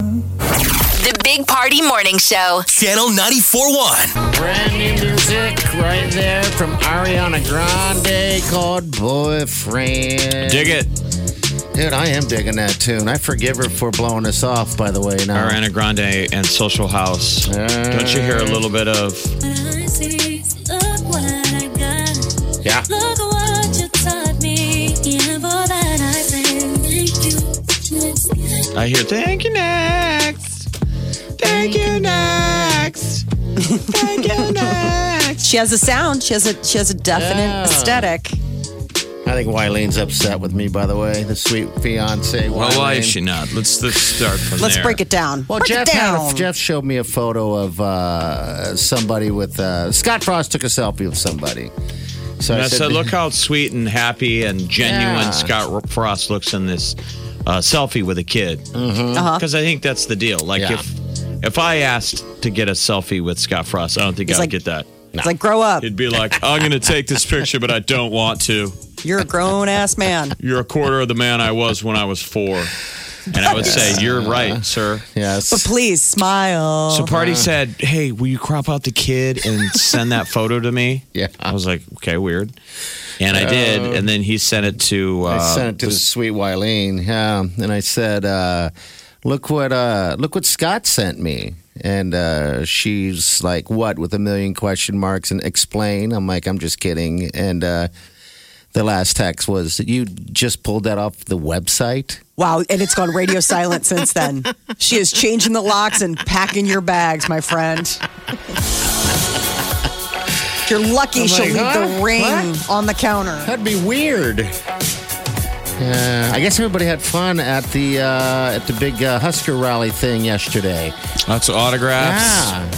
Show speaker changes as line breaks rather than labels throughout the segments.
The Big Party Morning Show.
Channel 94.1.
Brand new music right there from Ariana Grande called Boyfriend.
Dig it.
Dude, I am digging that tune. I forgive her for blowing us off, by the way. Now.
Ariana Grande and Social House. Don't you hear a little bit of
Yeah.
I hear thank you next. Thank you next. Thank you next.
She has a sound. She has a she has a definite
Yeah.
aesthetic.
I think Wylene's upset with me, by the way, the sweet fiance.
Well, why is
Wylene.
she not? Let's let's start from
Let's
there.
break it down.
Well,
break
Jeff,
it
had
down.
a, Jeff showed me a photo of uh, somebody with uh, Scott Frost took a selfie with somebody. So
And I
I
said,
to-
look how sweet and happy and genuine
Yeah.
Scott Frost looks in this uh, selfie with a kid. Because
Uh-huh.
I think that's the deal. Like
Yeah.
if if I asked to get a selfie with Scott Frost, I don't think
He's
I'd
like-
get that.
It's like grow up.
He'd be like, I'm going to take this picture, but I don't want to.
You're a grown ass man.
You're a quarter of the man I was when I was four. And I would say, You're right, sir.
Yes.
But please smile.
Uh-huh.
So Party said, Hey, will you crop out the kid and send that photo to me?
Yeah.
I was like, Okay, weird. And I did. And then he sent it to. Uh,
I sent it to the sweet Wileen, yeah, and I said, uh, "Look what uh, look what Scott sent me." And uh, she's like, "What?" with a million question marks and explain. I'm like, "I'm just kidding." And uh, the last text was, "You just pulled that off the website."
Wow, and it's gone radio silent since then. She is changing the locks and packing your bags, my friend. You're lucky
I'm
she'll
like,
leave
huh?
the ring Oh,
What?
on the counter.
That'd be weird. Yeah, I guess everybody had fun at the uh, at the big uh, Husker rally thing yesterday.
That's autographs.
Yeah,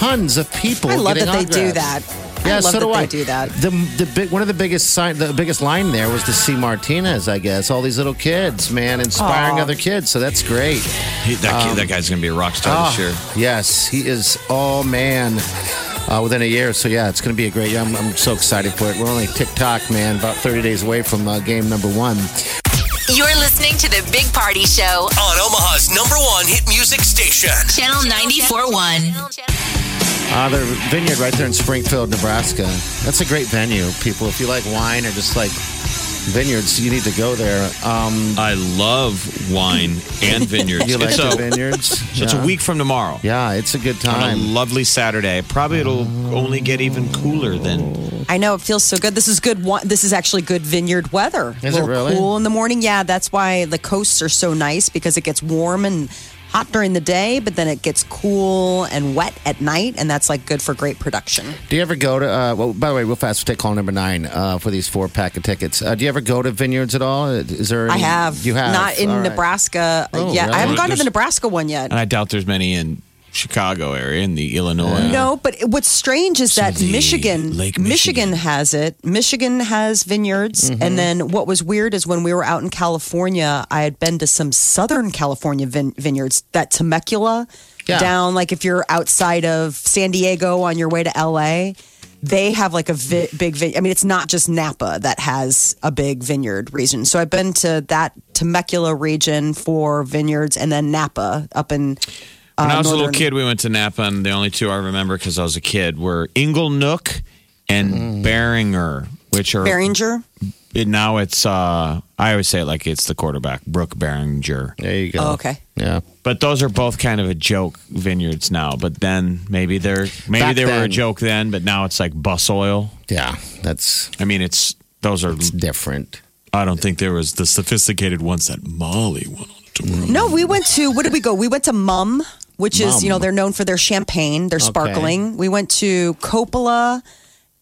tons of people.
I love
getting
that they do
autographs.
that.
Yeah,
I love
so
that
do
they
I.
do that.
The the big one of the biggest sign the biggest line there was to see Martinez. I guess all these little kids, man, inspiring
Aw.
other kids. So that's great.
He, that, kid,
Um,
that guy's going to be a rock star
ah.
this year.
Yes, he is. Oh man, uh, within a year. So yeah, it's going to be a great. year. I'm, I'm so excited for it. We're only TikTok, man, about 30 days away from uh, game number one.
You're listening to the Big Party Show,
On Omaha's number one hit music station.
Channel 94.1.
Uh, their vineyard right there in Springfield, Nebraska. That's a great venue, people. If you like wine or just like vineyards, you need to go there. Um,
I love wine and vineyards.
you like
it's,
the
a,
vineyards?
so it's a week from tomorrow.
Yeah, it's a good
On a
time.
lovely Saturday. Probably it'll only get even cooler then.
I know it feels so good. This is good. wi- This is actually good vineyard weather.
Is
a
it
little
really?
cool in the morning? Yeah, that's why the coasts are so nice because it gets warm and hot during the day, but then it gets cool and wet at night, and that's like good for great production.
Do you ever go to? Uh, well, by the way, real fast, we'll take call number nine uh, for these four pack of tickets. Uh, do you ever go to vineyards at all? Is there?
I
any-
have.
You have
not in
All right.
Nebraska
Oh,
yet. I
really?
haven't gone to the
There's-
Nebraska one yet.
And I doubt there's many in Chicago area, in the Illinois.
No, but what's strange is that
Uh-huh. the
Michigan,
Lake
Michigan,
Michigan. Mm-hmm.
has it. Michigan has vineyards, and then what was weird is when we were out in California, I had been to some Southern California vin- vineyards. That Temecula,
Yeah.
down like if you're outside of San Diego on your way to LA. They have like a vi- big vineyard. I mean, it's not just Napa that has a big vineyard region. So I've been to that Temecula region for vineyards, and then Napa up in. Uh,
When I was a little
northern-
kid, we went to Napa, and the only two I remember because I was a kid were Inglenook and Beringer, which are
Mm. Beringer.
and now it's uh I always say it like it's the quarterback Brooke Beringer,
There you go.
Oh, okay.
Yeah.
but those are both kind of a joke vineyards now. But then maybe they're maybe
Back
they were a
then.
joke then, but now it's like bus oil.
Yeah. That's
I mean, it's those are.
different.
I don't think there was the sophisticated ones that Molly went on a tour.
No, we went to what did we go? We went to Mum, which is you know they're known for their champagne, they're sparkling. We went to Coppola,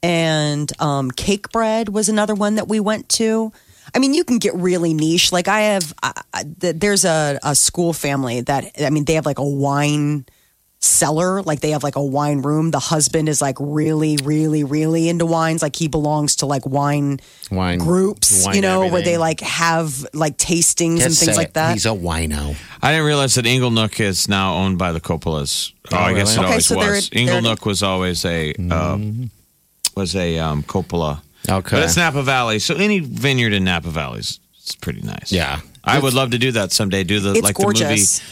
and um, Cake Bread was another one that we went to. I mean, you can get really niche. Like I have, I, I, th- there's a, a school family that I mean, they have like a wine cellar. Like they have like a wine room. The husband is like really, really, really into wines. Like he belongs to like wine
Wine
groups,
wine
you know, where they
everything.
like have like tastings and
Just
things
say
like
it.
that.
He's a wino.
I didn't realize that Inglenook is now owned by the Coppolas. Oh, I guess it
really? Okay,
always
so they're-
was.
they're-
Inglenook was always a uh, was a um, Coppola.
Okay.
But it's Napa Valley, so any vineyard in Napa Valley is it's pretty nice.
Yeah.
I would love to do that someday. Do the
It's
like the movie
gorgeous.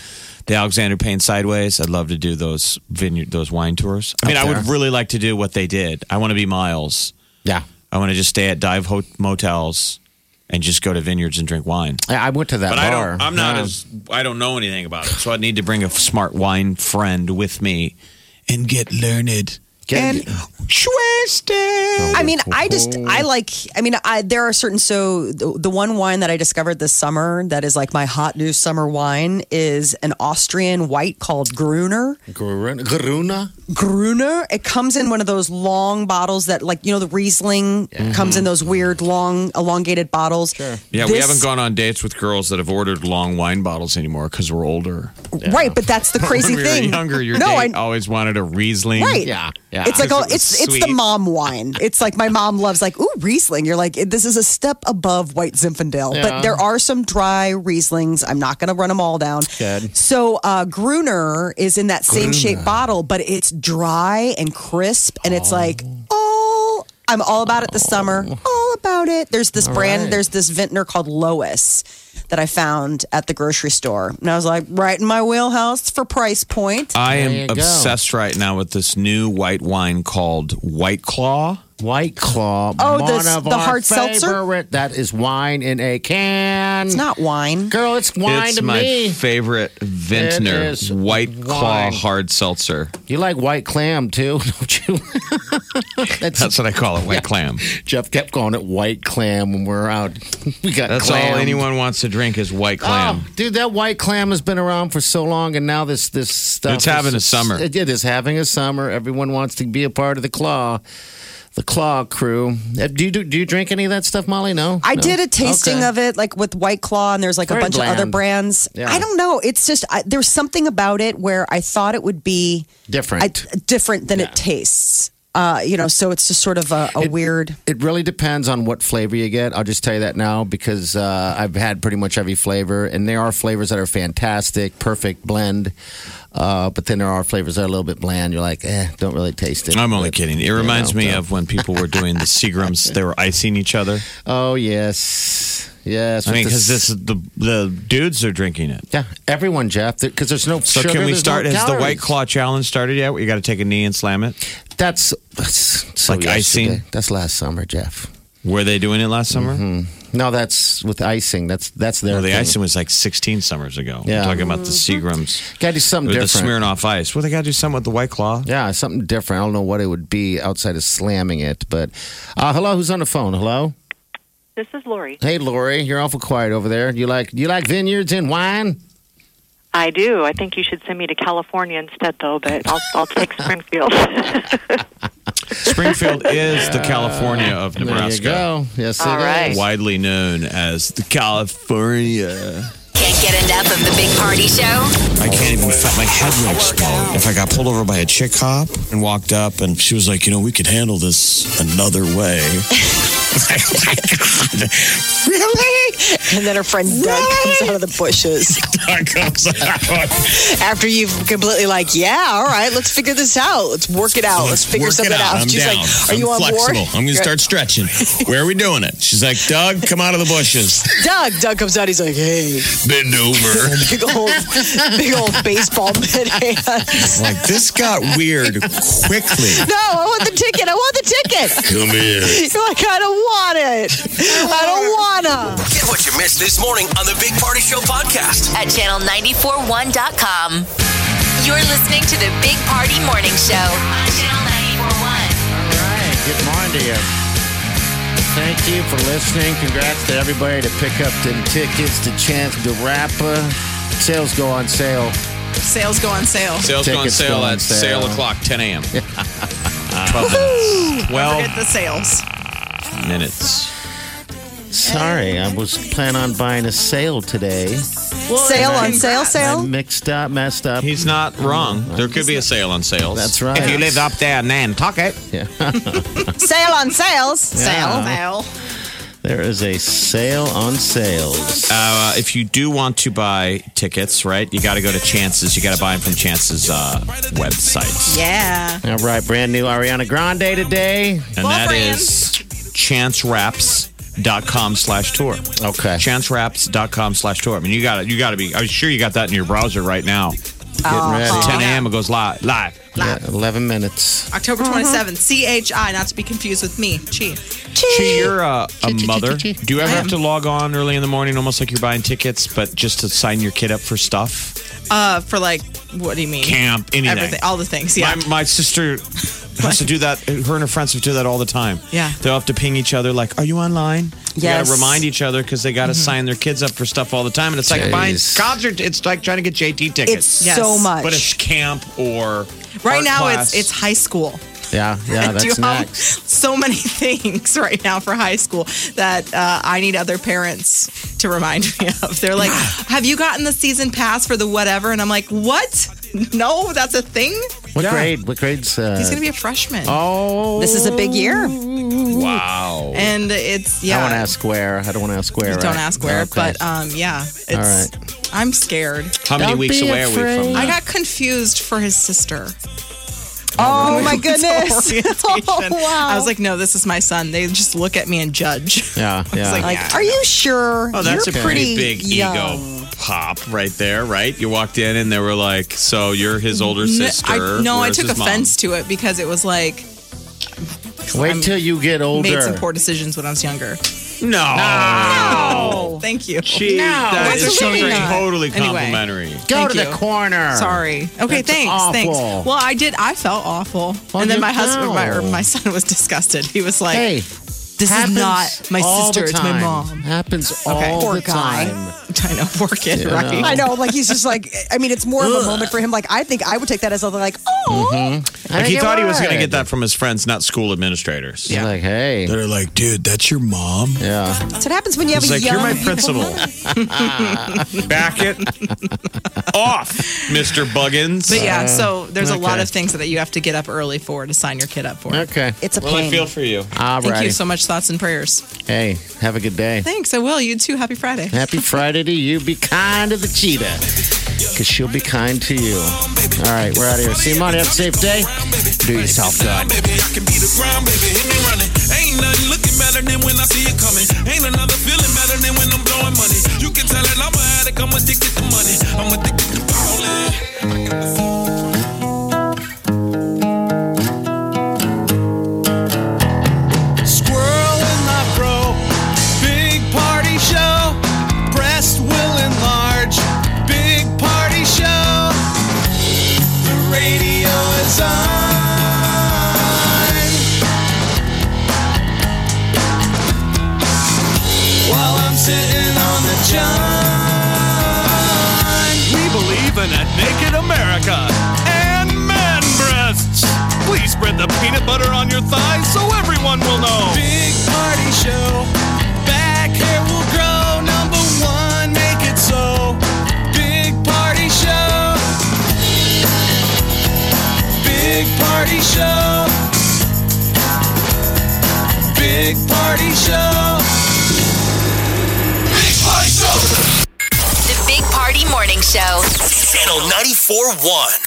the Alexander Payne Sideways. I'd love to do those vineyard, those wine tours. I mean, I would really like to do what they did. I want to be Miles.
Yeah.
I want to just stay at dive ho- motels and just go to vineyards and drink wine.
I I went to that
But I
bar.
don't. I'm not
Yeah.
as. I don't know anything about it, so I'd need to bring a f- smart wine friend with me and get learned.
Get-
twisted.
I mean, I just
Oh.
I like. I mean, I there are certain. So the, the one wine that I discovered this summer that is like my hot new summer wine is an Austrian white called Gruner.
Grun- Gruna.
Gruner. It comes in one of those long bottles that, like you know, the Riesling comes in those weird long elongated bottles. Sure.
Mm-hmm. Yeah, we haven't gone on dates with girls that have ordered long wine bottles anymore because we're older.
right, but that's the crazy
when we
thing.
were younger, your
no,
date
I.
always wanted a Riesling.
Right.
Yeah, yeah.
It's like
Because
oh,
it was
it's it's the
sweet.
mom wine. It's like my mom loves like ooh Riesling. You're like this is a step above white Zinfandel, but
Yeah.
there are some dry Rieslings. I'm not going to run them all down.
Good.
So uh, Gruner is in that same shape bottle, but it's dry and crisp, and it's like all I'm all about it this summer. All about it. There's this brand.
right.
There's this vintner called Lois that I found at the grocery store, and I was like right in my wheelhouse for price point.
I
There you
am
go.
obsessed right now with this new white wine called White Claw.
White Claw.
Oh,
one
the-
of
the
our
hard seltzer?
favorite. That is wine in a can.
it's not wine.
Girl, it's wine
it's
to
my
me.
favorite vintner,
It is
White Claw
wine.
Hard Seltzer.
you like white clam too, don't you? That's,
That's what I call it, White Clam.
Jeff kept calling it white clam when we were out. we got
That's
clammed.
all anyone wants to drink is White Clam.
Oh, dude, that white clam has been around for so long, and now this this stuff.
It's having a
is-
summer.
It, it is having a summer. Everyone wants to be a part of the claw, the claw crew. Uh, Do you do, do you drink any of that stuff, Molly? No,
I did a tasting of it, like with White Claw, and there's like a
Very
bunch of other brands.
Yeah.
I don't know. It's just I, there's something about it where I thought it would be
Different.
I, different than it tastes. Uh, you know, so it's just sort of a, a weird.
It really depends on what flavor you get. I'll just tell you that now because uh, I've had pretty much every flavor, and there are flavors that are fantastic, perfect blend. Uh, but then there are flavors that are a little bit bland. You're like, eh, don't really taste it.
I'm only
But,
kidding. It
you
reminds
know,
me
so-
of when people were doing the Seagrams. They were icing each other.
Oh yes, yes.
I mean,
with
because this is the the dudes are drinking it.
Yeah, everyone, Jeff. Because there's no.
So
sugar,
can we
there's no
start? has the White
calories.
Claw challenge started yet? Where you got to take a knee and slam it.
That's, that's so
Like
yesterday.
icing?
That's last summer, Jeff.
Were they doing it last summer?
Mm-hmm. No, that's with icing. That's that's their.
Well, the
thing.
icing was like 16 summers ago.
Yeah.
We're talking about the Seagrams.
Gotta do something
With the
different.
Smirnoff Ice. Well, they got to do something with the White Claw.
Yeah, something different. I don't know what it would be outside of slamming it, but uh, hello, who's on the phone? Hello,
This is Lori.
hey, Lori, you're awful quiet over there. You like you like vineyards and wine?
I do. I think you should send me to California instead, though. But I'll I'll take Springfield.
Springfield is the California of
There you
Nebraska.
go. Yes,
All
it
right.
is.
Widely known as the California.
Can't get enough of the Big Party Show.
I can't even fit. My head would explode if I got pulled over by a chick cop and walked up and she was like, you know, we could handle this another way. Like, oh my God. Really?
And then her friend Doug comes out of the bushes
That comes out.
after you've completely like, yeah, all right, let's figure this out. Let's work it out. Let's figure
Work it
something out.
I'm
She's
down.
like, are
I'm
you on
flexible.
board?
I'm going to start stretching. Where are we doing it? She's like, Doug, come out of the bushes.
Doug. Doug comes out. He's like, hey,
Bend over.
big old, big old baseball mitt hands.
Like, this got weird quickly.
No, I want the ticket. I want the ticket.
Come here.
You're like, I don't want it. I don't wanna.
Get what you missed this morning on the Big Party Show podcast.
at channel941.com. You're listening to the Big Party Morning Show on Channel 941.
All right. Good morning to you. Thank you for listening. Congrats to everybody to pick up them tickets to Chance Durappa. Sales go on sale.
Sales go on sale.
Sales go on
Tickets go
sale
on
at sale
sale.
o'clock, 10 a.m. 12 minutes.
Forget the sales.
12 minutes.
Sorry, I was planning on buying a sale today.
Sale on sale,
I
sale.
mixed up, messed up.
He's not wrong. There could be a sale on sales.
That's right.
If you live up there in Nantucket,
Sale on sales.
Yeah.
Sale. Sale.
There is a sale on sales.
uh, if you do want to buy tickets, right, you got to go to Chances. You got to buy them from Chances uh, websites.
Yeah.
All right, brand new Ariana Grande today.
And that
Wolfram.
is chanceraps.com slash tour.
Okay.
Chanceraps.com slash tour. I mean, you got to, you got to be, I'm sure you got that in your browser right now.
Getting ready.
10 a.m. it goes live. Live.
Yeah, 11 minutes.
October 27th, CHI, not to be confused with me. Uh-huh. Chi.
Chi, you're a, a mother.
chi, chi.
Do you ever have to log on early in the morning, almost like you're buying tickets, but just to sign your kid up for stuff?
Uh, for like, what do you mean?
Camp, anything.
Oh,
Everything, all the things. Yeah.
My, my sister has to do that. Her and her friends have to do that all the time.
Yeah.
They'll have to ping each other, like, Are you online? You
Yes.
gotta remind each other because they gotta sign their kids up for stuff all the time. And it's like buying
Jeez.
concert, it's like trying to get JT tickets.
It's
Yes.
so much.
but it's camp or.
right
art
now,
class.
it's it's high school.
Yeah, yeah,
I do
that's
have
next.
so many things right now for high school that uh, I need other parents to remind me of. They're like, "Have you gotten the season pass for the whatever?" And I'm like, "What? No, that's a thing."
What grade? What grade's? Uh,
He's gonna be a freshman,
Oh,
This is a big year.
Wow.
and it's yeah.
I want to ask where. I don't want to ask where.
Don't
right?
ask where,
Okay.
but um, yeah, it's. I'm scared.
How many
Don't
weeks
be
away are we from
afraid.
that?
I got confused for his sister.
Oh my goodness.
Orientation.
Oh, wow.
I was like, no, this is my son. They just look at me and judge.
yeah, yeah.
like,
Like, are you sure?
Oh, that's
You're
a pretty, big
young.
ego pop right there, right? You walked in and they were like, "So you're his older sister?"
I, no, I
Where's
took
his mom?"
offense to it because it was like
Wait till you get older.
made some poor decisions when I was younger.
No, Oh.
Thank you.
Jeez, that
Why
is
is it really
totally,
not?
totally
Anyway.
complimentary.
Go
Thank
to the
you.
corner.
Sorry. Okay,
That's
thanks. Thanks.
awful.
Well, I did. I felt awful,
Well,
and then
you
my husband, my, or
know.
my son, was disgusted. He was like,
Hey,
"This is
happens
not my
all
sister.
the
It's my
time.
mom."
Happens all
Okay. Poor
the
guy.
time.
I know, poor kid, right?
I know, like he's just like. I mean, it's more of a moment for him. Like I think I would take that as a like, oh,
Mm-hmm. Like he
Hey,
thought he was going to
word.
get that from his friends, not school administrators.
You're Like, hey,
They're like, dude, that's your mom.
yeah.
that's what "Oh." happens when you have
He's
a
like,
young.
"You're my principal. Back it off, Mister Buggins."
But yeah, so there's a lot
okay.
of things that you have to get up early for to sign your kid up for.
Okay.
It's a
Well, I
pain.
feel for you.
All
Thank you
right.
so much. Thoughts and prayers.
Hey, have a good day.
Thanks. I will. You too. Happy Friday.
Happy Friday to you. Be kind to the cheetah because she'll be kind to you. All right, we're out of here. See you Monday. Have a safe day. Do yourself good.
Baby, I can beat the ground, baby, hit me running. Ain't nothing looking better than when I see it coming. Ain't another feeling better than when I'm blowing money. You can tell it, I'm a addict, I'm addicted to money. I'm addicted to falling. Squirrel in my bro, big party show. Breast will enlarge, big party show. The radio is on. While I'm sitting on the john.
We believe in a naked America and man breasts. Please spread the peanut butter on your thighs so everyone will know.
Big party show. Back hair will grow. Number one, make it so. Big party show. Big party show. Big party show. Big party show.
The Big Party Morning Show.
Channel 94.1.